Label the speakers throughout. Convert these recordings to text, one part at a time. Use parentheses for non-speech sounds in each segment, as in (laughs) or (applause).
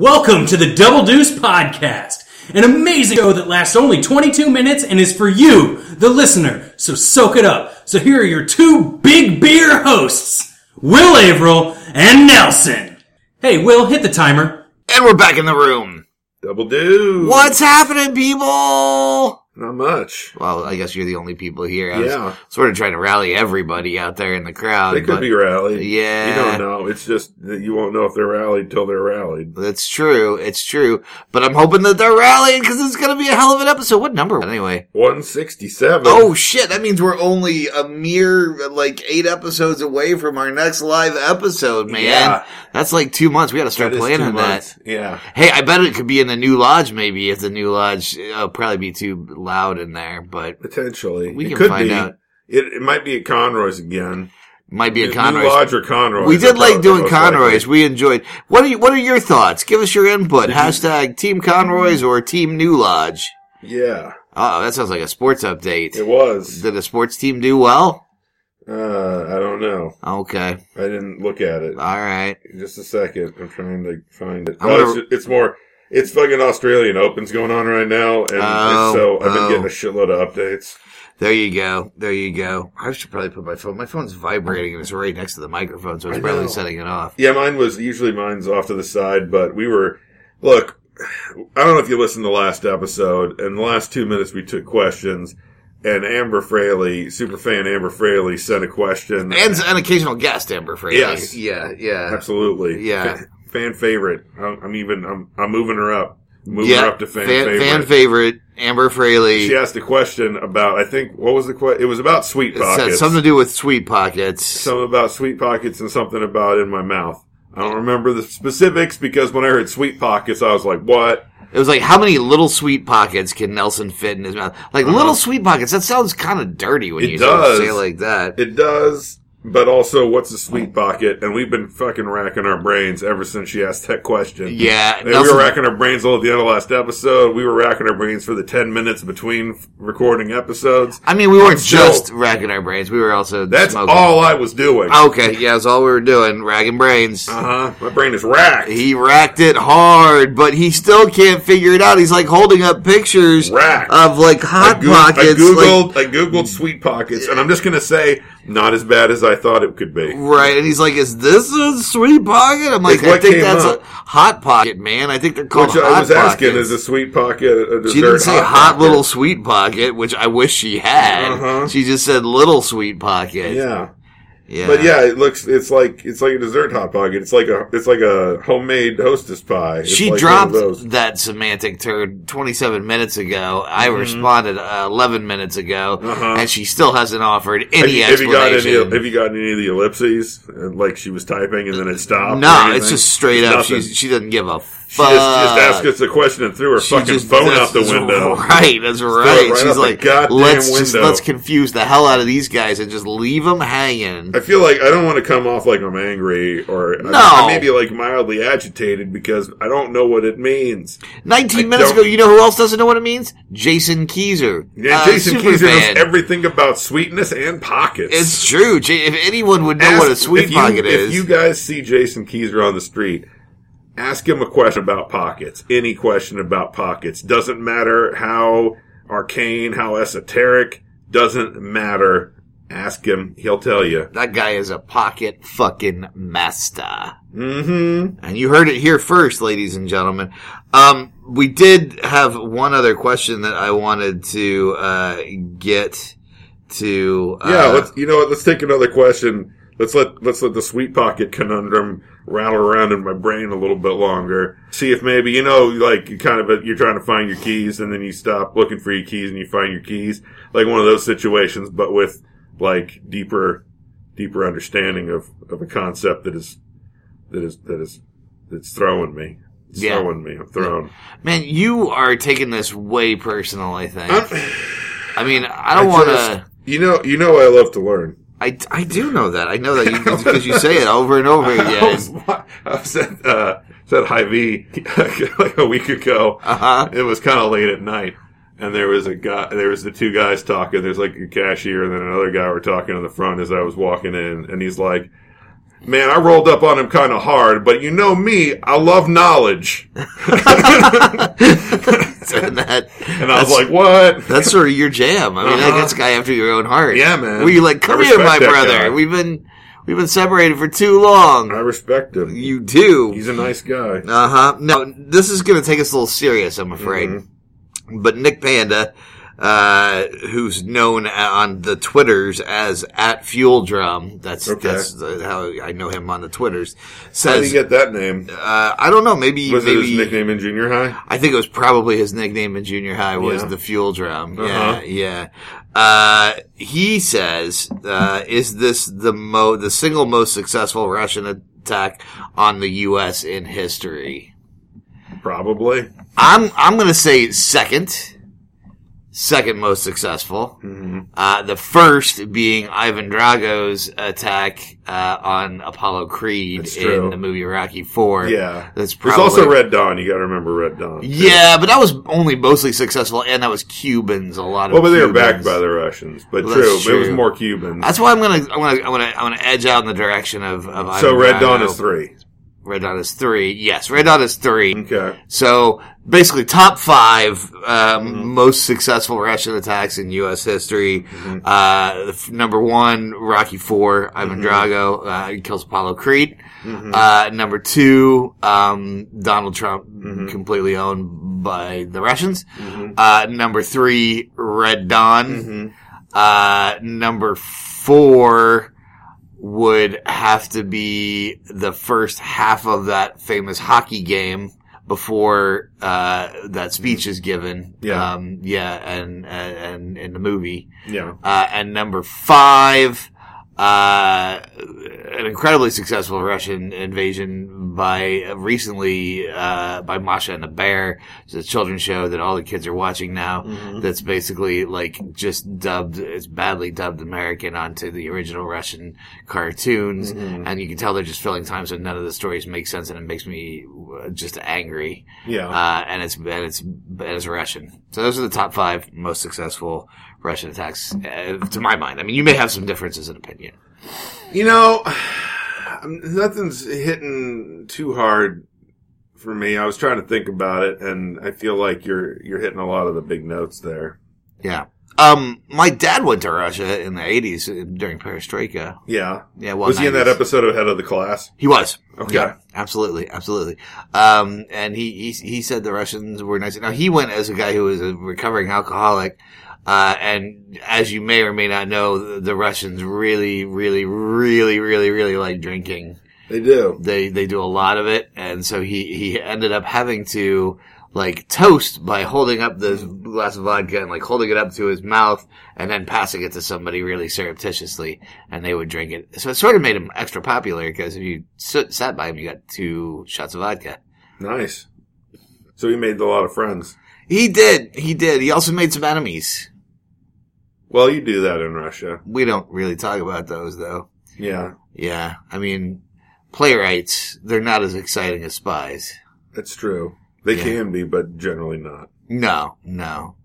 Speaker 1: Welcome to the Double Deuce Podcast, an amazing show that lasts only 22 minutes and is for you, the listener. So soak it up. So here are your two big beer hosts, Will Averill and Nelson. Hey, Will, hit the timer.
Speaker 2: And we're back in the room.
Speaker 3: Double do.
Speaker 2: What's happening, people? Well,
Speaker 3: Not much.
Speaker 2: I guess you're the only people here. I
Speaker 3: Yeah.
Speaker 2: was sort of trying to rally everybody out there in the crowd.
Speaker 3: They could
Speaker 2: but
Speaker 3: be rallied.
Speaker 2: Yeah.
Speaker 3: You don't know. It's just that you won't know if they're rallied till they're rallied.
Speaker 2: That's true. It's true. But I'm hoping that they're rallying because it's going to be a hell of an episode. What number, anyway?
Speaker 3: 167.
Speaker 2: Oh, shit. That means we're only a mere, like, eight episodes away from our next live episode, man.
Speaker 3: Yeah.
Speaker 2: That's like two months. We got to
Speaker 3: That
Speaker 2: start
Speaker 3: is two
Speaker 2: planning that.
Speaker 3: months. Yeah.
Speaker 2: Hey, I bet it could be in the new lodge, maybe. If the new lodge, it'll probably be too loud in there, but
Speaker 3: Potentially.
Speaker 2: We
Speaker 3: it
Speaker 2: can
Speaker 3: could
Speaker 2: find
Speaker 3: be.
Speaker 2: out.
Speaker 3: It, it might be at Conroy's again.
Speaker 2: might be a
Speaker 3: New
Speaker 2: Conroy's.
Speaker 3: Lodge or Conroy's.
Speaker 2: We
Speaker 3: are
Speaker 2: did like
Speaker 3: probably
Speaker 2: doing
Speaker 3: most
Speaker 2: Conroy's.
Speaker 3: likely. Mm-hmm.
Speaker 2: We enjoyed. What are you, what are your thoughts? Give us your input. Hashtag Team Conroy's or Team New Lodge.
Speaker 3: Yeah.
Speaker 2: Oh, that sounds like a sports update.
Speaker 3: It was.
Speaker 2: Did the sports team do well?
Speaker 3: Uh, I don't know.
Speaker 2: Okay,
Speaker 3: I didn't look at it.
Speaker 2: all right.
Speaker 3: Just a second. I'm trying to find it.
Speaker 2: I'm
Speaker 3: Oh,
Speaker 2: gonna-
Speaker 3: it's, it's more. It's fucking Australian Open's going on right now, and
Speaker 2: Oh,
Speaker 3: so I've been
Speaker 2: oh.
Speaker 3: getting a shitload of updates.
Speaker 2: There you go. There you go. I should probably put my phone. My phone's vibrating and it's right next to the microphone, so it's
Speaker 3: I
Speaker 2: probably
Speaker 3: know.
Speaker 2: setting it off.
Speaker 3: Yeah, mine was usually mine's off to the side, but we were look. I don't know if you listened to the last episode. In the last two minutes, we took questions, and Amber Fraley, super fan Amber Fraley, sent a question.
Speaker 2: And an occasional guest, Amber Fraley.
Speaker 3: Yes.
Speaker 2: Yeah. Yeah.
Speaker 3: absolutely,
Speaker 2: Yeah.
Speaker 3: Fa- fan favorite. I'm, I'm even. I'm, I'm moving her up. Moving
Speaker 2: Yeah.
Speaker 3: her up to fan,
Speaker 2: fan,
Speaker 3: favorite.
Speaker 2: fan favorite Amber Fraley.
Speaker 3: she asked a question about. I think what was the question? It was about sweet
Speaker 2: It said
Speaker 3: pockets.
Speaker 2: something to do with sweet pockets.
Speaker 3: something about sweet pockets and something about in my mouth. I don't remember the specifics because when I heard sweet pockets, I was like, "What?"
Speaker 2: It was like, how many little sweet pockets can Nelson fit in his mouth? Like little sweet pockets. That sounds kind of dirty when
Speaker 3: Uh-huh. It
Speaker 2: you sort of
Speaker 3: does.
Speaker 2: say it like that.
Speaker 3: It does, but also, what's a sweet pocket? And we've been fucking racking our brains ever since she asked that question.
Speaker 2: yeah,
Speaker 3: And we
Speaker 2: Nelson,
Speaker 3: were racking our brains all at the end of last episode. We were racking our brains for the 10 minutes between f- recording episodes.
Speaker 2: I mean, we weren't
Speaker 3: Still.
Speaker 2: just racking our brains. We were also
Speaker 3: That's
Speaker 2: smoking.
Speaker 3: all I was doing.
Speaker 2: Okay, yeah, that's all we were doing, ragging brains.
Speaker 3: Uh huh. My brain is racked.
Speaker 2: He racked it hard, but he still can't figure it out. He's like holding up pictures
Speaker 3: Racked.
Speaker 2: of like
Speaker 3: I,
Speaker 2: hot
Speaker 3: Goog- I
Speaker 2: pockets, like, mm.
Speaker 3: googled, I googled sweet pockets, and I'm just gonna say, not as bad as I thought it could be.
Speaker 2: right? And he's like, "Is this a sweet pocket?" I'm like,
Speaker 3: It's
Speaker 2: "I
Speaker 3: what
Speaker 2: think
Speaker 3: came
Speaker 2: that's
Speaker 3: up.
Speaker 2: a hot pocket, man. I think they're called
Speaker 3: Which
Speaker 2: hot
Speaker 3: I was asking:
Speaker 2: pockets."
Speaker 3: is a sweet pocket a dessert?
Speaker 2: She didn't say hot,
Speaker 3: pocket?
Speaker 2: little sweet pocket, which I wish she had.
Speaker 3: Uh-huh.
Speaker 2: She just said little sweet pocket.
Speaker 3: Yeah.
Speaker 2: yeah.
Speaker 3: But yeah, it looks it's like it's like a dessert hot pocket. It's like a it's like a homemade hostess pie. It's
Speaker 2: she
Speaker 3: like
Speaker 2: dropped
Speaker 3: one of those.
Speaker 2: that semantic turd 27 minutes ago. I responded uh, 11 minutes ago,
Speaker 3: Mm-hmm. Uh-huh.
Speaker 2: and she still hasn't offered
Speaker 3: Have
Speaker 2: any
Speaker 3: you, have you got any?
Speaker 2: explanation.
Speaker 3: Have you gotten any of the ellipses? And, Like she was typing and then it stopped. or
Speaker 2: no,
Speaker 3: anything?
Speaker 2: it's just straight up.
Speaker 3: Nothing.
Speaker 2: She's, she doesn't give a
Speaker 3: she
Speaker 2: fuck.
Speaker 3: just, just asked us a question and threw her
Speaker 2: She
Speaker 3: fucking
Speaker 2: just-
Speaker 3: phone
Speaker 2: that's-
Speaker 3: out
Speaker 2: (laughs)
Speaker 3: the
Speaker 2: that's
Speaker 3: window.
Speaker 2: Right, that's
Speaker 3: it
Speaker 2: right.
Speaker 3: right out
Speaker 2: She's
Speaker 3: the
Speaker 2: like,
Speaker 3: goddamn
Speaker 2: let's just
Speaker 3: window."
Speaker 2: let's confuse the hell out of these guys and just leave them hanging.
Speaker 3: I feel like I don't want to come off like I'm angry or
Speaker 2: No.
Speaker 3: I, I may be like mildly agitated because I don't know what it means.
Speaker 2: 19
Speaker 3: I
Speaker 2: minutes
Speaker 3: don't-
Speaker 2: ago, you know who else doesn't know what it means? Jason Keyser.
Speaker 3: Yeah,
Speaker 2: Uh,
Speaker 3: Jason Keyser knows
Speaker 2: Superfan.
Speaker 3: everything about sweetness and pockets.
Speaker 2: It's true. J- if anyone would know
Speaker 3: Ask-
Speaker 2: what a sweet
Speaker 3: if you,
Speaker 2: pocket is,
Speaker 3: If you guys see Jason Keyser on the street, ask him a question about pockets. Any question about pockets. Doesn't matter how arcane, how esoteric. Doesn't matter. Ask him. He'll tell you.
Speaker 2: that guy is a pocket fucking master.
Speaker 3: Mm-hmm.
Speaker 2: And you heard it here first, ladies and gentlemen. Um, we did have one other question that I wanted to uh, get to. Uh,
Speaker 3: Yeah. let's. You know what? Let's take another question. Let's let let's let the sweet pocket conundrum rattle around in my brain a little bit longer. See if maybe you know, like you kind of you're trying to find your keys, and then you stop looking for your keys, and you find your keys, like one of those situations, but with like deeper deeper understanding of of a concept that is that is that is that's throwing me. It's
Speaker 2: Yeah.
Speaker 3: throwing me. I'm thrown.
Speaker 2: man, you are taking this way personal. I think.
Speaker 3: I'm-
Speaker 2: I mean, I don't want
Speaker 3: just-
Speaker 2: to.
Speaker 3: you know, you know, I love to learn.
Speaker 2: I, I do know that. I know
Speaker 3: (laughs)
Speaker 2: that you, because you say it over and over
Speaker 3: I
Speaker 2: again.
Speaker 3: was, wa- I was at, uh, I was at Hy-Vee (laughs) like a week ago.
Speaker 2: Uh-huh.
Speaker 3: It was kind of late at night, and there was a guy. There was the two guys talking. There's like a cashier and then another guy were talking in the front as I was walking in, and he's like, man, I rolled up on him kind of hard, but you know me, I love knowledge.
Speaker 2: and that,
Speaker 3: And I was like, what?
Speaker 2: that's sort of your jam. I mean,
Speaker 3: Uh-huh.
Speaker 2: like that's a guy after your own heart.
Speaker 3: Yeah, man.
Speaker 2: Where you like, come
Speaker 3: I
Speaker 2: here,
Speaker 3: respect
Speaker 2: my
Speaker 3: that
Speaker 2: brother.
Speaker 3: guy."
Speaker 2: We've been we've been separated for too
Speaker 3: I
Speaker 2: long.
Speaker 3: respect him.
Speaker 2: You do.
Speaker 3: He's a nice guy.
Speaker 2: Uh huh. No, this is going to take us a little serious, I'm afraid.
Speaker 3: Mm-hmm.
Speaker 2: But Nick Panda, uh, who's known on the Twitters as at Fuel Drum, that's
Speaker 3: Okay.
Speaker 2: that's uh, how I know him on the Twitters.
Speaker 3: How did
Speaker 2: Says,
Speaker 3: he get that name?
Speaker 2: uh, I don't know. Maybe
Speaker 3: Was it
Speaker 2: maybe
Speaker 3: his nickname in junior high?
Speaker 2: I think it was probably his nickname in junior high was
Speaker 3: Yeah.
Speaker 2: the fuel drum.
Speaker 3: Uh-huh.
Speaker 2: Yeah, yeah. Uh, he says, uh, "Is this the mo the single most successful Russian attack on the U.S. in history?"
Speaker 3: Probably.
Speaker 2: I'm I'm gonna say second, second most successful.
Speaker 3: Mm-hmm.
Speaker 2: Uh, the first being Ivan Drago's attack uh, on Apollo Creed
Speaker 3: That's true.
Speaker 2: in the movie Rocky Four.
Speaker 3: Yeah.
Speaker 2: that's
Speaker 3: There's
Speaker 2: probably
Speaker 3: also Red Dawn. You got to remember Red Dawn.
Speaker 2: yeah, but that was only mostly successful, and that was Cubans. A lot of
Speaker 3: Well, but they were
Speaker 2: Cubans.
Speaker 3: backed by the Russians. But
Speaker 2: Well,
Speaker 3: true,
Speaker 2: that's
Speaker 3: it was
Speaker 2: true.
Speaker 3: more Cubans.
Speaker 2: That's why I'm gonna I'm gonna I'm gonna I'm gonna edge out in the direction of of
Speaker 3: So
Speaker 2: Ivan
Speaker 3: Red Dawn
Speaker 2: Drago.
Speaker 3: is three.
Speaker 2: Red Dawn is three. Yes, Red Dawn is three.
Speaker 3: Okay.
Speaker 2: So basically, top five um, most successful Russian attacks in U.S. history. Uh, the f- number one, Rocky Four, Ivan Drago uh, he kills Apollo Creed. Uh, number two, um, Donald Trump, completely owned by the Russians. Uh, number three, Red Dawn.
Speaker 3: Mm-hmm.
Speaker 2: Uh, number four would have to be the first half of that famous hockey game before uh, that speech is given.
Speaker 3: Yeah.
Speaker 2: um, yeah, and and in the movie.
Speaker 3: Yeah.
Speaker 2: Uh, and number five, uh, an incredibly successful Russian invasion by uh, recently uh, by Masha and the Bear. It's a children's show that all the kids are watching now. That's basically like just dubbed, it's badly dubbed American onto the original Russian cartoons, and you can tell they're just filling time, so none of the stories make sense, and it makes me uh, just angry.
Speaker 3: Yeah.
Speaker 2: Uh, and it's and it's and it's Russian. So those are the top five most successful Russian attacks, uh, to my mind. I mean, you may have some differences in opinion.
Speaker 3: You know, nothing's hitting too hard for me. I was trying to think about it, and I feel like you're you're hitting a lot of the big notes there.
Speaker 2: Yeah. Um, my dad went to Russia in the eighties uh, during Perestroika.
Speaker 3: Yeah.
Speaker 2: Yeah, well,
Speaker 3: was he in that
Speaker 2: 90s.
Speaker 3: episode of Head of the Class?
Speaker 2: He was.
Speaker 3: Okay.
Speaker 2: Yeah, absolutely, absolutely. Um, and he, he he said the Russians were nice. Now he went as a guy who was a recovering alcoholic, uh, and as you may or may not know, the, the Russians really, really, really, really, really like drinking.
Speaker 3: They do.
Speaker 2: they they do a lot of it, and so he he ended up having to like toast by holding up this glass of vodka and like holding it up to his mouth and then passing it to somebody really surreptitiously, and they would drink it. So it sort of made him extra popular because if you sit, sat by him, you got two shots of vodka.
Speaker 3: Nice. So he made a lot of friends.
Speaker 2: He did, he did. He also made some enemies.
Speaker 3: Well, you do that in Russia.
Speaker 2: We don't really talk about those though.
Speaker 3: Yeah,
Speaker 2: Yeah, I mean, playwrights they're not as exciting as spies.
Speaker 3: that's true. They
Speaker 2: Yeah.
Speaker 3: can be, but generally not.
Speaker 2: No, no,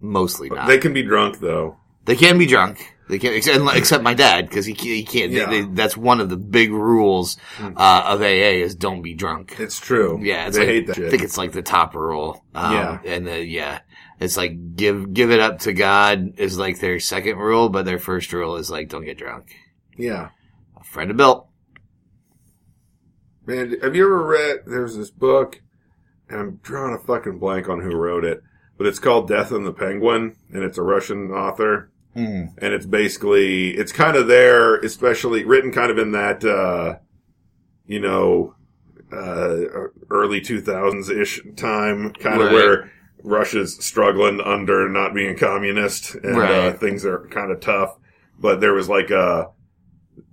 Speaker 2: mostly not.
Speaker 3: They can be drunk though.
Speaker 2: They can be drunk. They can except, except my dad because he, ca- he can't.
Speaker 3: Yeah.
Speaker 2: They, they, that's one of the big rules uh, of AA is don't be drunk.
Speaker 3: It's true.
Speaker 2: Yeah, it's
Speaker 3: they
Speaker 2: like-
Speaker 3: hate that
Speaker 2: I
Speaker 3: shit.
Speaker 2: think it's like the top rule. Um,
Speaker 3: Yeah.
Speaker 2: and the, yeah, it's like give give it up to God is like their second rule, but their first rule is like don't get drunk.
Speaker 3: yeah,
Speaker 2: A friend of Bill.
Speaker 3: man. Have you ever read? There's this book, and I'm drawing a fucking blank on who wrote it, but it's called Death and the Penguin, and it's a Russian author.
Speaker 2: Mm.
Speaker 3: and it's basically it's kind of there, especially written kind of in that uh, you know uh, early two thousands ish time, kind
Speaker 2: Right.
Speaker 3: of where Russia's struggling under not being communist, and uh,
Speaker 2: Right.
Speaker 3: things are kind of tough. But there was like a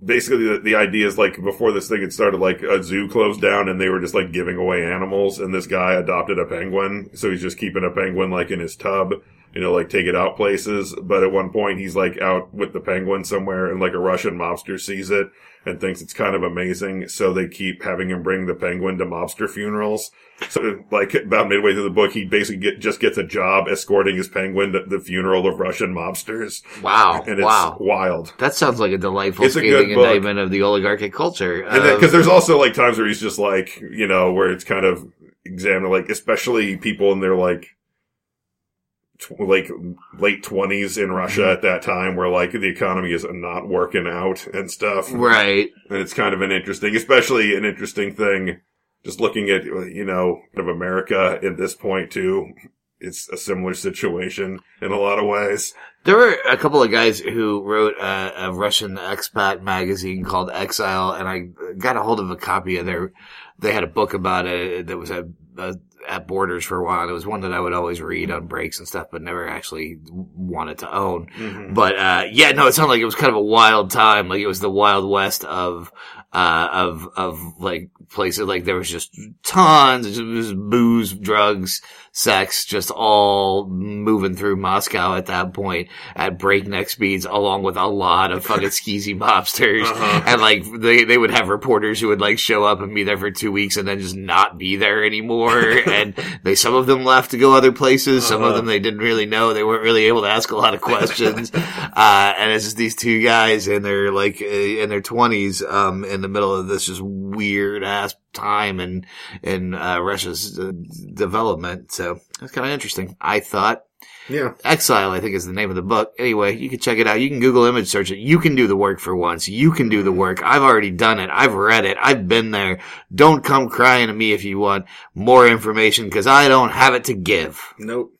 Speaker 3: basically the, the idea is like before this thing had started like a zoo closed down and they were just like giving away animals and this guy adopted a penguin so he's just keeping a penguin like in his tub you know, like take it out places. But at one point, he's like out with the penguin somewhere, and like a Russian mobster sees it and thinks it's kind of amazing. So they keep having him bring the penguin to mobster funerals. So, like about midway through the book, he basically get, just gets a job escorting his penguin to the funeral of Russian mobsters,
Speaker 2: Wow.
Speaker 3: and it's
Speaker 2: wow.
Speaker 3: wild.
Speaker 2: That sounds like a delightful,
Speaker 3: It's a good
Speaker 2: scathing
Speaker 3: book.
Speaker 2: indictment of the oligarchic culture.
Speaker 3: And
Speaker 2: Uh,
Speaker 3: then, cause there's also like times where he's just like, you know, where it's kind of examining, like, especially people in their like, tw- like late twenties in Russia at that time where like the economy is not working out and stuff.
Speaker 2: right.
Speaker 3: And it's kind of an interesting, especially an interesting thing, just looking at, you know, of America at this point too. It's a similar situation in a lot of ways.
Speaker 2: There were a couple of guys who wrote a, a Russian expat magazine called Exile, and I got a hold of a copy of their. They had a book about it that was at, uh, at Borders for a while. And it was one that I would always read on breaks and stuff, but never actually wanted to own.
Speaker 3: Mm-hmm.
Speaker 2: But uh, yeah, no, it sounded like it was kind of a wild time. Like it was the wild west of uh, of of like places. Like there was just tons, it was booze, drugs, sex, just all moving through Moscow at that point at breakneck speeds, along with a lot of fucking skeezy mobsters.
Speaker 3: Uh-huh.
Speaker 2: And like they they would have reporters who would like show up and be there for two weeks and then just not be there anymore. and they some of them left to go other places. Some of
Speaker 3: Uh-huh.
Speaker 2: them they didn't really know. They weren't really able to ask a lot of questions. uh, and it's just these two guys in their like uh, in their twenties, um, in the middle of this just weird ass time in in uh, Russia's uh, development. So that's kind of interesting. I thought.
Speaker 3: Yeah.
Speaker 2: Exile, I think, is the name of the book. Anyway, you can check it out. You can Google image search it. You can do the work for once. You can do the work. I've already done it. I've read it. I've been there. Don't come crying to me if you want more information because I don't have it to give.
Speaker 3: Nope.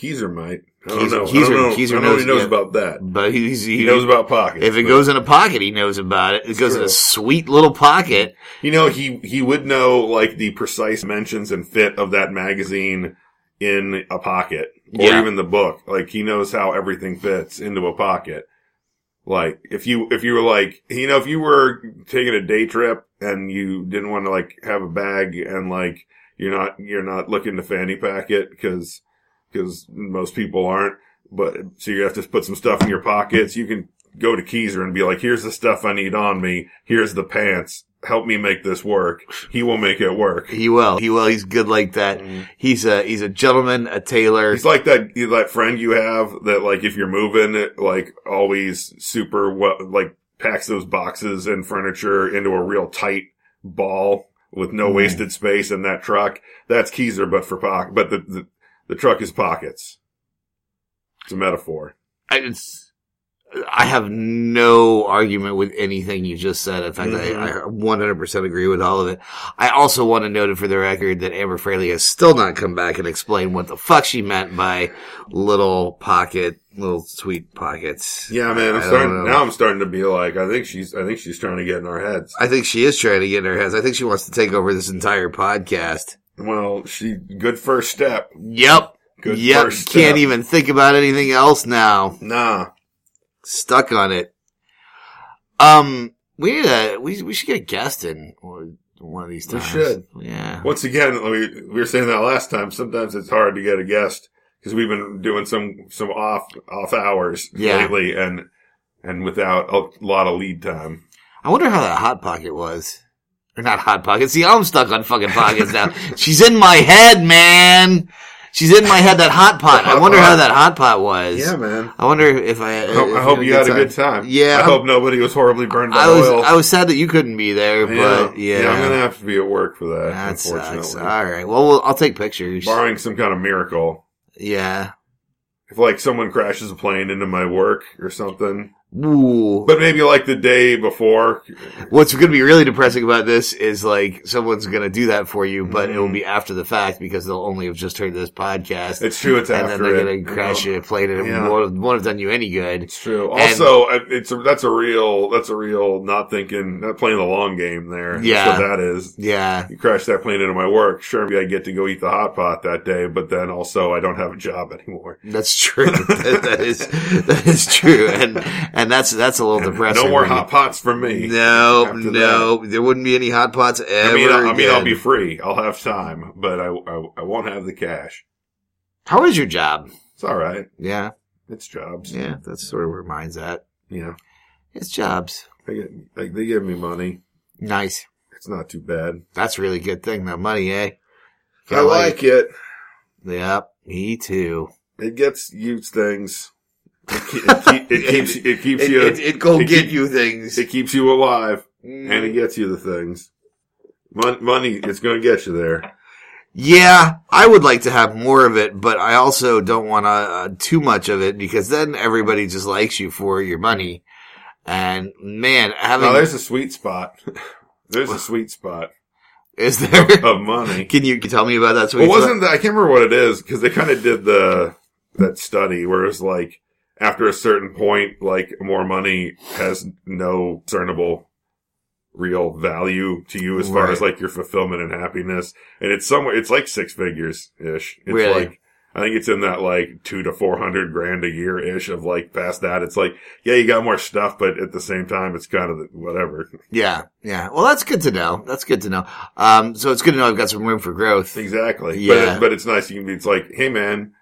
Speaker 3: Keezer might. I don't
Speaker 2: Keezer-
Speaker 3: know.
Speaker 2: Keezer-
Speaker 3: I don't know.
Speaker 2: Keezer
Speaker 3: I don't know
Speaker 2: knows-
Speaker 3: if he knows
Speaker 2: yeah.
Speaker 3: about that.
Speaker 2: But he's, he,
Speaker 3: He knows about pockets.
Speaker 2: if it
Speaker 3: but-
Speaker 2: goes in a pocket, he knows about it. It goes in a
Speaker 3: True.
Speaker 2: sweet little pocket.
Speaker 3: you know, he he would know like the precise mentions and fit of that magazine in a pocket, or
Speaker 2: Yeah.
Speaker 3: even the book. Like he knows how everything fits into a pocket. Like if you if you were like you know if you were taking a day trip and you didn't want to like have a bag and like you're not you're not looking to fanny pack it because because most people aren't. But so you have to put some stuff in your pockets. You can go to Keezer and be like, here's the stuff I need on me. Here's the pants. Help me make this work. He will make it work.
Speaker 2: He will. He will. He's good like that. He's a, he's a gentleman, a tailor.
Speaker 3: He's like that, that friend you have that like, if you're moving, like always super well, like packs those boxes and furniture into a real tight ball with no wasted space in that truck. That's Keezer, but for pocket, but the, the, the truck is pockets. It's a metaphor.
Speaker 2: I, it's, I have no argument with anything you just said. In fact, I, I
Speaker 3: Mm-hmm.
Speaker 2: 100% agree with all of it. I also want to note it for the record that Amber Fraley has still not come back and explained what the fuck she meant by little pocket, little sweet pockets.
Speaker 3: Yeah, man, I'm
Speaker 2: I don't know.
Speaker 3: starting, now I'm starting to be like, I think she's, I think she's trying to get in our heads.
Speaker 2: I think she is trying to get in her heads. I think she wants to take over this entire podcast.
Speaker 3: Well, she good first step.
Speaker 2: Yep.
Speaker 3: Good
Speaker 2: yep.
Speaker 3: first step.
Speaker 2: Can't even think about anything else now.
Speaker 3: Nah.
Speaker 2: stuck on it. Um, we need a we we should get a guest in one one of these
Speaker 3: We
Speaker 2: times.
Speaker 3: should.
Speaker 2: yeah.
Speaker 3: Once again, we, we were saying that last time. Sometimes it's hard to get a guest because we've been doing some some off off hours
Speaker 2: Yeah.
Speaker 3: lately, and and without a lot of lead time.
Speaker 2: I wonder how that hot pocket was, or not hot pocket. See, I'm stuck on fucking pockets
Speaker 3: (laughs)
Speaker 2: now. She's in my head, man. She's in my head. That hot pot.
Speaker 3: hot
Speaker 2: I wonder how
Speaker 3: pot.
Speaker 2: that hot pot was.
Speaker 3: man.
Speaker 2: I wonder if I.
Speaker 3: I, hope- I hope you had a good time.
Speaker 2: Yeah,
Speaker 3: I
Speaker 2: I'm-
Speaker 3: hope nobody was horribly burned by
Speaker 2: I was
Speaker 3: oil.
Speaker 2: I was sad that you couldn't be there, but yeah,
Speaker 3: I'm gonna have to be at work for that.
Speaker 2: that
Speaker 3: unfortunately,
Speaker 2: sucks. All right. Well, well, I'll take pictures.
Speaker 3: barring some kind of miracle,
Speaker 2: Yeah.
Speaker 3: if like someone crashes a plane into my work or something,
Speaker 2: Ooh.
Speaker 3: but maybe like the day before,
Speaker 2: What's going to be really depressing about this is like someone's going to do that for you, but it will be after the fact because they'll only have just heard this podcast.
Speaker 3: Mm. It's true. It's
Speaker 2: and then
Speaker 3: after
Speaker 2: they're
Speaker 3: it.
Speaker 2: going to crash
Speaker 3: you know.
Speaker 2: it, play it, and
Speaker 3: Yeah.
Speaker 2: it won't, won't have done you any good.
Speaker 3: It's true.
Speaker 2: And-
Speaker 3: Also, I- it's a, that's a real that's a real not thinking, not playing the long game there.
Speaker 2: Yeah.
Speaker 3: so that is.
Speaker 2: Yeah.
Speaker 3: You crash that plane into my work. Sure, maybe I get to go eat the hot pot that day, but then also I don't have a job (laughs) anymore.
Speaker 2: That's
Speaker 3: (laughs)
Speaker 2: true. (laughs) that, that is that is true, and and that's that's a little depressing.
Speaker 3: No more
Speaker 2: when you-
Speaker 3: hot pots for me.
Speaker 2: No,
Speaker 3: after
Speaker 2: no, there wouldn't be any hot pots
Speaker 3: I
Speaker 2: ever.
Speaker 3: mean, I, I mean, I'll
Speaker 2: again.
Speaker 3: be free. I'll have time, but I, I, I won't have the cash.
Speaker 2: How is your job?
Speaker 3: It's all right.
Speaker 2: Yeah,
Speaker 3: It's jobs.
Speaker 2: yeah, that's sort of where mine's at.
Speaker 3: Yeah.
Speaker 2: It's jobs.
Speaker 3: They get, like, they give me money.
Speaker 2: Nice.
Speaker 3: It's not too bad.
Speaker 2: That's a really good thing, though. Money, eh?
Speaker 3: I like it.
Speaker 2: it. Yep, me too.
Speaker 3: It gets you things. It, ke- it, (laughs) ke- it keeps it keeps
Speaker 2: It,
Speaker 3: you
Speaker 2: it, it go
Speaker 3: it
Speaker 2: get
Speaker 3: keep-
Speaker 2: you things.
Speaker 3: it keeps you alive, and it
Speaker 2: Mm.
Speaker 3: gets you the things. Mon- money, it's going to get you there.
Speaker 2: Yeah, I would like to have more of it, but I also don't want uh, too much of it because then everybody just likes you for your money. And man, having
Speaker 3: Now, there's a sweet spot. (laughs) There's a sweet spot
Speaker 2: (laughs) is there?
Speaker 3: of
Speaker 2: (laughs)
Speaker 3: money.
Speaker 2: Can you tell me about that?
Speaker 3: Oh, Well,
Speaker 2: Sweet
Speaker 3: wasn't that, I can't remember what it is because they kind of did the that study where it was like after a certain point, like more money has no discernible real value to you as far
Speaker 2: Right.
Speaker 3: as like your fulfillment and happiness. And it's somewhere it's like six figures ish. It's
Speaker 2: Really?
Speaker 3: like I think it's in that like two to four hundred grand a year ish of like past that. It's like yeah, you got more stuff, but at the same time, it's kind of the- whatever.
Speaker 2: Yeah, yeah. Well, that's good to know. That's good to know. Um, so it's good to know I've got some room for growth.
Speaker 3: Exactly. But,
Speaker 2: Yeah.
Speaker 3: it, but it's nice. You can be, it's like, hey man,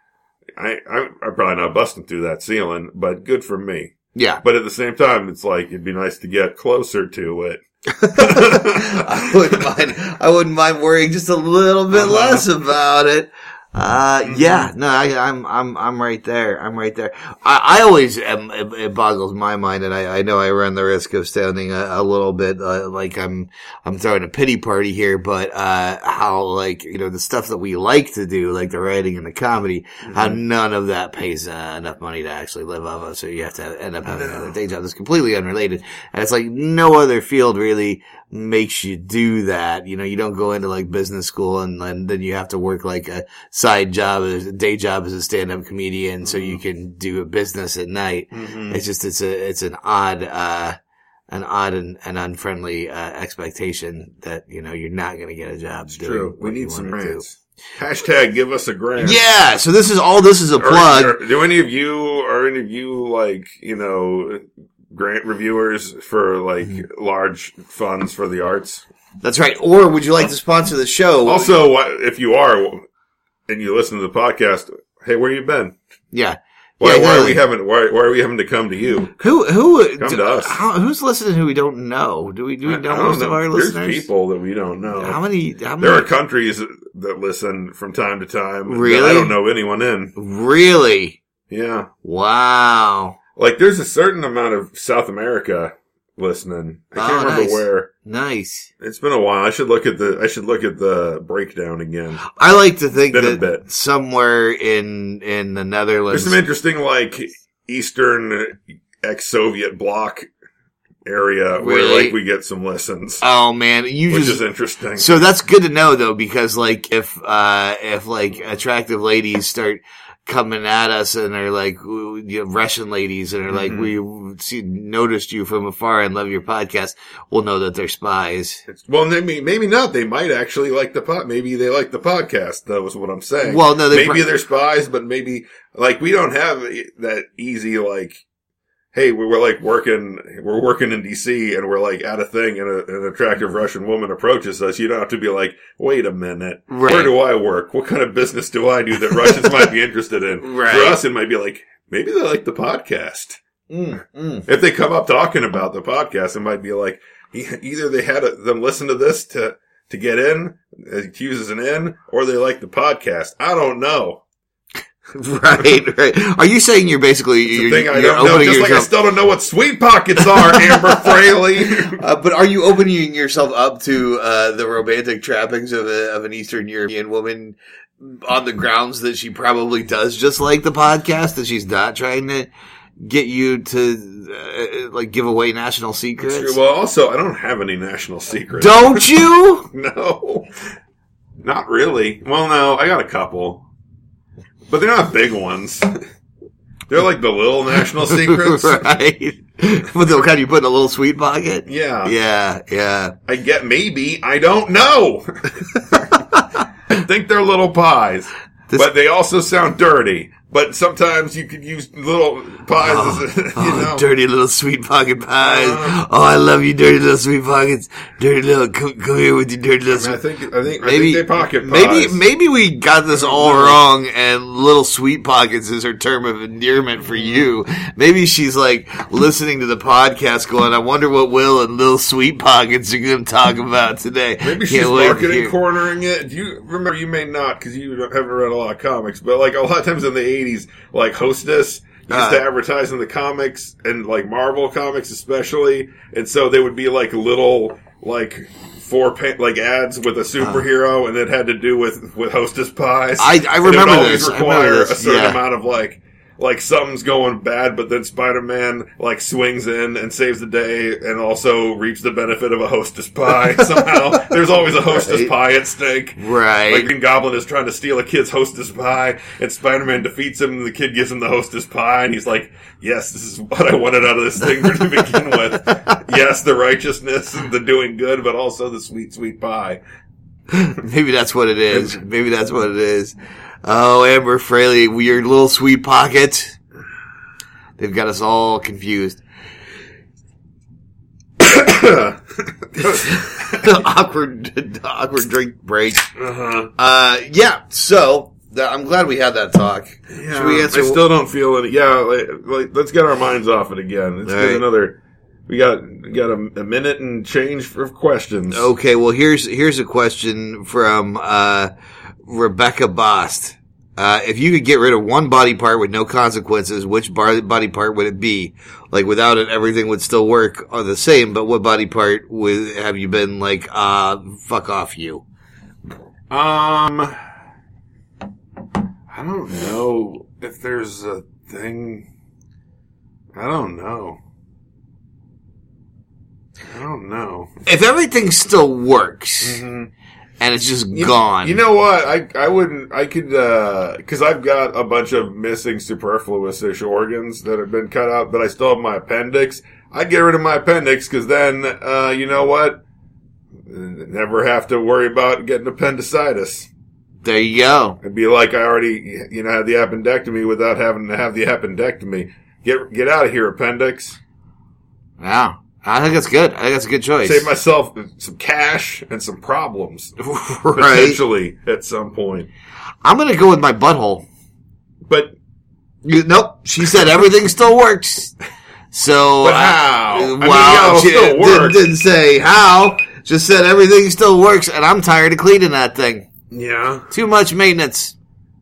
Speaker 3: I, I, I'm probably not busting through that ceiling, but good for me.
Speaker 2: Yeah.
Speaker 3: But at the same time, it's like, it'd be nice to get closer to it.
Speaker 2: (laughs) I wouldn't mind. I wouldn't mind worrying just a little bit
Speaker 3: Uh-huh.
Speaker 2: less about it. Uh, yeah, no, I, I'm, I'm, I'm right there. I'm right there. I, I always am, it, it boggles my mind and I, I know I run the risk of sounding a, a little bit, uh, like I'm, I'm throwing a pity party here, but, uh, how like, you know, the stuff that we like to do, like the writing and the comedy, how none of that pays uh, enough money to actually live off of. So you have to end up having another day job that's completely unrelated. And it's like no other field really makes you do that. You know, you don't go into like business school and, then then you have to work like a side job, as a day job as a stand up comedian so
Speaker 3: Mm-hmm.
Speaker 2: you can do a business at night. It's just, it's a, it's an odd, uh, an odd and, and unfriendly uh, expectation that you know you're not going to get a job.
Speaker 3: It's
Speaker 2: doing
Speaker 3: true. We
Speaker 2: what you
Speaker 3: need some
Speaker 2: wanna do.
Speaker 3: grants. Hashtag give us a grant.
Speaker 2: Yeah, so this is all. This is a
Speaker 3: Or-
Speaker 2: plug.
Speaker 3: or do any of you, are any of you like, you know, grant reviewers for like large funds for the arts?
Speaker 2: That's right. Or would you like to sponsor the show?
Speaker 3: Also, why- if you are and you listen to the podcast, hey, where you been?
Speaker 2: yeah.
Speaker 3: Why,
Speaker 2: Yeah,
Speaker 3: why are
Speaker 2: exactly.
Speaker 3: we having why, why are we having to come to you?
Speaker 2: Who who
Speaker 3: Come
Speaker 2: do-
Speaker 3: to us.
Speaker 2: How, who's listening who we don't know? Do we do we know
Speaker 3: I don't
Speaker 2: most of our
Speaker 3: There's
Speaker 2: listeners?
Speaker 3: people that we don't know.
Speaker 2: How many? How many?
Speaker 3: there are countries that listen from time to time. that
Speaker 2: Really?
Speaker 3: I don't know anyone in.
Speaker 2: really?
Speaker 3: Yeah,
Speaker 2: Wow.
Speaker 3: like there's a certain amount of South America listening. I can't
Speaker 2: Oh,
Speaker 3: remember
Speaker 2: nice.
Speaker 3: where.
Speaker 2: Nice.
Speaker 3: It's been a while. I should look at the I should look at the breakdown again.
Speaker 2: I like to think
Speaker 3: Been a
Speaker 2: that
Speaker 3: bit.
Speaker 2: somewhere in in the
Speaker 3: There's
Speaker 2: Netherlands.
Speaker 3: some interesting like Eastern ex-Soviet bloc area where
Speaker 2: Really?
Speaker 3: like we get some listens,
Speaker 2: oh man, you
Speaker 3: which
Speaker 2: just
Speaker 3: is interesting.
Speaker 2: So that's good to know though, because like if uh if like attractive ladies start coming at us and are like ooh, you know, Russian ladies and are like
Speaker 3: Mm-hmm.
Speaker 2: we see, noticed you from afar and love your podcast, we'll know that they're spies.
Speaker 3: It's, well, maybe maybe not. They might actually like the pot. Maybe they like the podcast. That was what I'm saying.
Speaker 2: Well, no, they
Speaker 3: maybe
Speaker 2: pro-
Speaker 3: they're spies, but maybe like we don't have e, that easy like. Hey, we were like working. We're working in D.C. and we're like at a thing, and a, an attractive Russian woman approaches us. You don't have to be like, wait a minute, where
Speaker 2: Right.
Speaker 3: do I work? What kind of business do I do that Russians
Speaker 2: (laughs)
Speaker 3: might be interested in?
Speaker 2: Right.
Speaker 3: For us, it might be like maybe they like the podcast.
Speaker 2: Mm,
Speaker 3: If they come up talking about the podcast, it might be like e- either they had a, them listen to this to to get in, uh, it uses an in, or they like the podcast. I don't know.
Speaker 2: (laughs) right, right. Are you saying you're basically
Speaker 3: It's
Speaker 2: you're,
Speaker 3: a thing I
Speaker 2: you're
Speaker 3: don't know.
Speaker 2: opening
Speaker 3: Just like I
Speaker 2: yourself?
Speaker 3: still don't know what sweet
Speaker 2: (laughs)
Speaker 3: pockets are, Amber Fraley.
Speaker 2: uh, but are you opening yourself up to uh, the romantic trappings of, a, of an Eastern European woman on the grounds that she probably does just like the podcast that she's not trying to get you to uh, like give away national secrets?
Speaker 3: well, also, I don't have any national secrets.
Speaker 2: (laughs) Don't you?
Speaker 3: No, not really. Well, no, I got a couple, but they're not big ones. They're like the little national secrets.
Speaker 2: (laughs) right? But they'll kind of you put in a little sweet pocket.
Speaker 3: Yeah.
Speaker 2: yeah, yeah.
Speaker 3: I get maybe. I
Speaker 2: (laughs)
Speaker 3: don't know. I think they're little pies.
Speaker 2: This-
Speaker 3: but they also sound dirty. But sometimes you could use little pies as a, (laughs) you
Speaker 2: Oh,
Speaker 3: know. Uh-huh.
Speaker 2: dirty little sweet pocket pies. Oh, I love you, dirty little sweet pockets. Dirty little, come, come here with your dirty little.
Speaker 3: I
Speaker 2: sweet-
Speaker 3: think I think I think they pocket
Speaker 2: maybe,
Speaker 3: pies.
Speaker 2: maybe we got this all wrong, and little sweet pockets is her term of endearment
Speaker 3: Mm-hmm.
Speaker 2: for you. Maybe she's like listening to the podcast, going, "I wonder what Will and little sweet pockets are going to talk about today."
Speaker 3: Maybe she's marketing cornering it. Do you remember? You may not because you don't- haven't read a lot of comics, but like a lot of times in the '80s, like Hostess used
Speaker 2: Uh.
Speaker 3: to advertise in the comics and like Marvel comics especially, and so they would be like little like four pa- like ads
Speaker 2: Uh.
Speaker 3: with a superhero, and it had to do with with Hostess pies.
Speaker 2: I- I
Speaker 3: And it would
Speaker 2: remember
Speaker 3: always
Speaker 2: this. I remember
Speaker 3: Require
Speaker 2: this.
Speaker 3: a certain
Speaker 2: Yeah.
Speaker 3: amount of like. Like something's going bad, but then Spider-Man like swings in and saves the day, and also reaps the benefit of a
Speaker 2: (laughs)
Speaker 3: hostess pie somehow. There's always a hostess
Speaker 2: Right.
Speaker 3: pie at stake.
Speaker 2: Right.
Speaker 3: Like Green Goblin is trying to steal a kid's hostess pie, and Spider Man defeats him, and the kid gives him the hostess pie, and he's like, Yes, this is what I wanted out of this thing to
Speaker 2: (laughs)
Speaker 3: begin with. Yes, the righteousness, and the doing good, but also the sweet, sweet pie. (laughs)
Speaker 2: (laughs) Maybe that's what it is. Maybe that's what it is. Oh, Amber Fraley, your little sweet pocket. They've got us all confused. (laughs) the awkward, the awkward drink break.
Speaker 3: Uh-huh.
Speaker 2: Uh, yeah. So th- I'm glad we had that talk. Should we answer?
Speaker 3: I still don't feel any. Yeah, like, like, let's get our minds off it again. Let's
Speaker 2: All
Speaker 3: get
Speaker 2: right.
Speaker 3: another. We got we got a, a minute and change for questions.
Speaker 2: okay. Well, here's here's a question from uh, Rebecca Bost. Uh, if you could get rid of one body part with no consequences, which bar- body part would it be? Like without it, everything would still work or the same. But what body part would have you been like? Uh, fuck off, you.
Speaker 3: Um, I don't know if there's a thing. I don't know. I don't know.
Speaker 2: If everything still works and it's just gone,
Speaker 3: Mm-hmm. You know what? I I wouldn't. I could because I've got a bunch of missing superfluous-ish organs that have been cut out, but I still have my appendix. I'd get rid of my appendix because then uh, you know what? Never have to worry about getting appendicitis.
Speaker 2: there you go.
Speaker 3: It'd be like I already, you know, had the appendectomy without having to have the appendectomy. Get get out of here, appendix.
Speaker 2: Wow, I think that's good. I think that's a good choice.
Speaker 3: Save myself some cash and some problems
Speaker 2: (laughs) right.
Speaker 3: potentially at some point.
Speaker 2: I'm gonna go with my butthole.
Speaker 3: But
Speaker 2: You- nope, she said everything still works. So
Speaker 3: But
Speaker 2: I-
Speaker 3: how? I
Speaker 2: uh,
Speaker 3: mean,
Speaker 2: wow,
Speaker 3: yeah, it'll
Speaker 2: she
Speaker 3: still
Speaker 2: didn't-
Speaker 3: work.
Speaker 2: Didn't, say how. Just said everything still works, and I'm tired of cleaning that thing.
Speaker 3: yeah,
Speaker 2: Too much maintenance.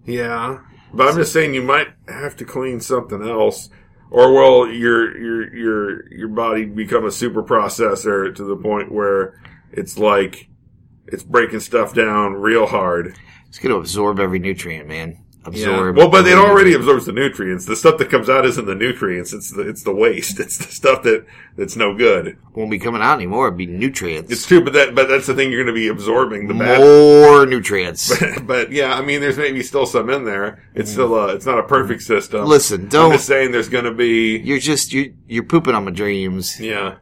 Speaker 3: yeah. But I'm just saying, you might have to clean something else, or will your your your your body become a super processor to the point where it's like it's breaking stuff down real hard.
Speaker 2: It's gonna absorb every nutrient, man.
Speaker 3: Yeah.
Speaker 2: Absorb.
Speaker 3: Well, but
Speaker 2: every
Speaker 3: it already
Speaker 2: nutrient.
Speaker 3: absorbs the nutrients. The stuff that comes out isn't the nutrients. It's the it's the waste. (laughs) It's the stuff that that's no good.
Speaker 2: won't be coming out anymore. It'd be nutrients.
Speaker 3: It's true, but that but that's the thing you're going to be absorbing the bad.
Speaker 2: more nutrients.
Speaker 3: (laughs) But yeah, I mean, there's maybe still some in there. It's still a, it's not a perfect system.
Speaker 2: Listen,
Speaker 3: I'm
Speaker 2: don't-
Speaker 3: just saying there's going to be
Speaker 2: You're just you you're pooping on my dreams.
Speaker 3: yeah.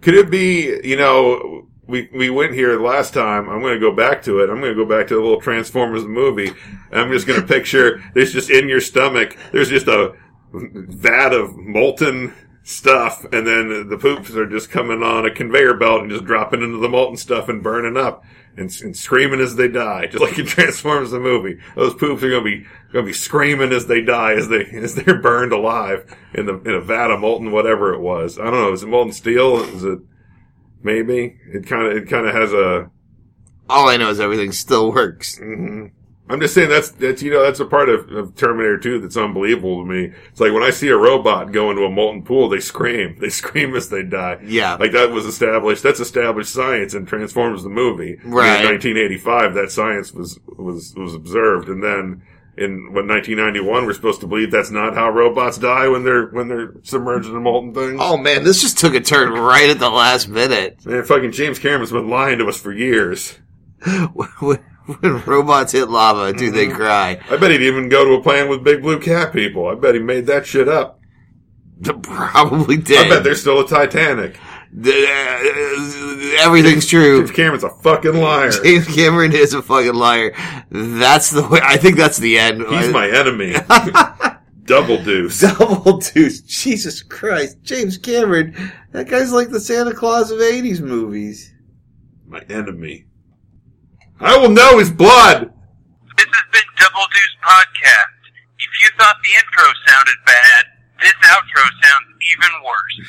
Speaker 3: Could it be you know? We, we went here last time. I'm going to go back to it. I'm going to go back to the little Transformers movie. And I'm just going to picture there's just in your stomach. There's just a vat of molten stuff, and then the poops are just coming on a conveyor belt and just dropping into the molten stuff and burning up and, and screaming as they die, just (laughs) like it transforms the movie. Those poops are gonna be gonna be screaming as they die, as they (laughs) as they're burned alive in the in a vat of molten whatever it was. I don't know. Is it molten steel? Is it maybe? It kind of it kind of has a
Speaker 2: All I know is everything still works.
Speaker 3: I'm just saying that's that's you know that's a part of, of Terminator 2 that's unbelievable to me. It's like when I see a robot go into a molten pool, they scream. (laughs) They scream as they die.
Speaker 2: Yeah.
Speaker 3: like that was established. That's established science and transforms the movie.
Speaker 2: Right.
Speaker 3: in 1985, that science was was was observed, and then in what 1991, we're supposed to believe that's not how robots die when they're when they're submerged in molten things.
Speaker 2: Oh man, this just took a turn right at the last minute. (laughs)
Speaker 3: Man, fucking James Cameron's been lying to us for years.
Speaker 2: when, when robots hit lava, do
Speaker 3: Mm-hmm.
Speaker 2: they cry?
Speaker 3: I bet he'd even go to a plan with big blue cat people. I bet he made that shit up.
Speaker 2: They (laughs) Probably
Speaker 3: I bet
Speaker 2: did.
Speaker 3: there's still a Titanic.
Speaker 2: th- uh, everything's true.
Speaker 3: James Cameron's a fucking liar.
Speaker 2: James Cameron is a fucking liar. That's the way. I think that's the end.
Speaker 3: He's my enemy. Double
Speaker 2: (laughs)
Speaker 3: deuce.
Speaker 2: double deuce. Jesus Christ, James Cameron. That guy's like the Santa Claus of '80s movies.
Speaker 3: My enemy. I will know his blood.
Speaker 4: This has been Double Deuce Podcast. If you thought the intro sounded bad, this outro sounds even worse.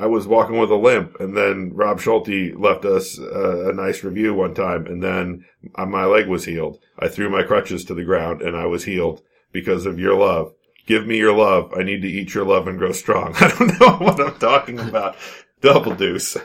Speaker 3: I was walking with a limp, and then Rob Schulte left us uh, a nice review one time, and then uh, my leg was healed. I threw my crutches to the ground, and I was healed because of your love. Give me your (laughs) love. I need to eat your love and grow strong. I don't know what I'm talking about. Double deuce.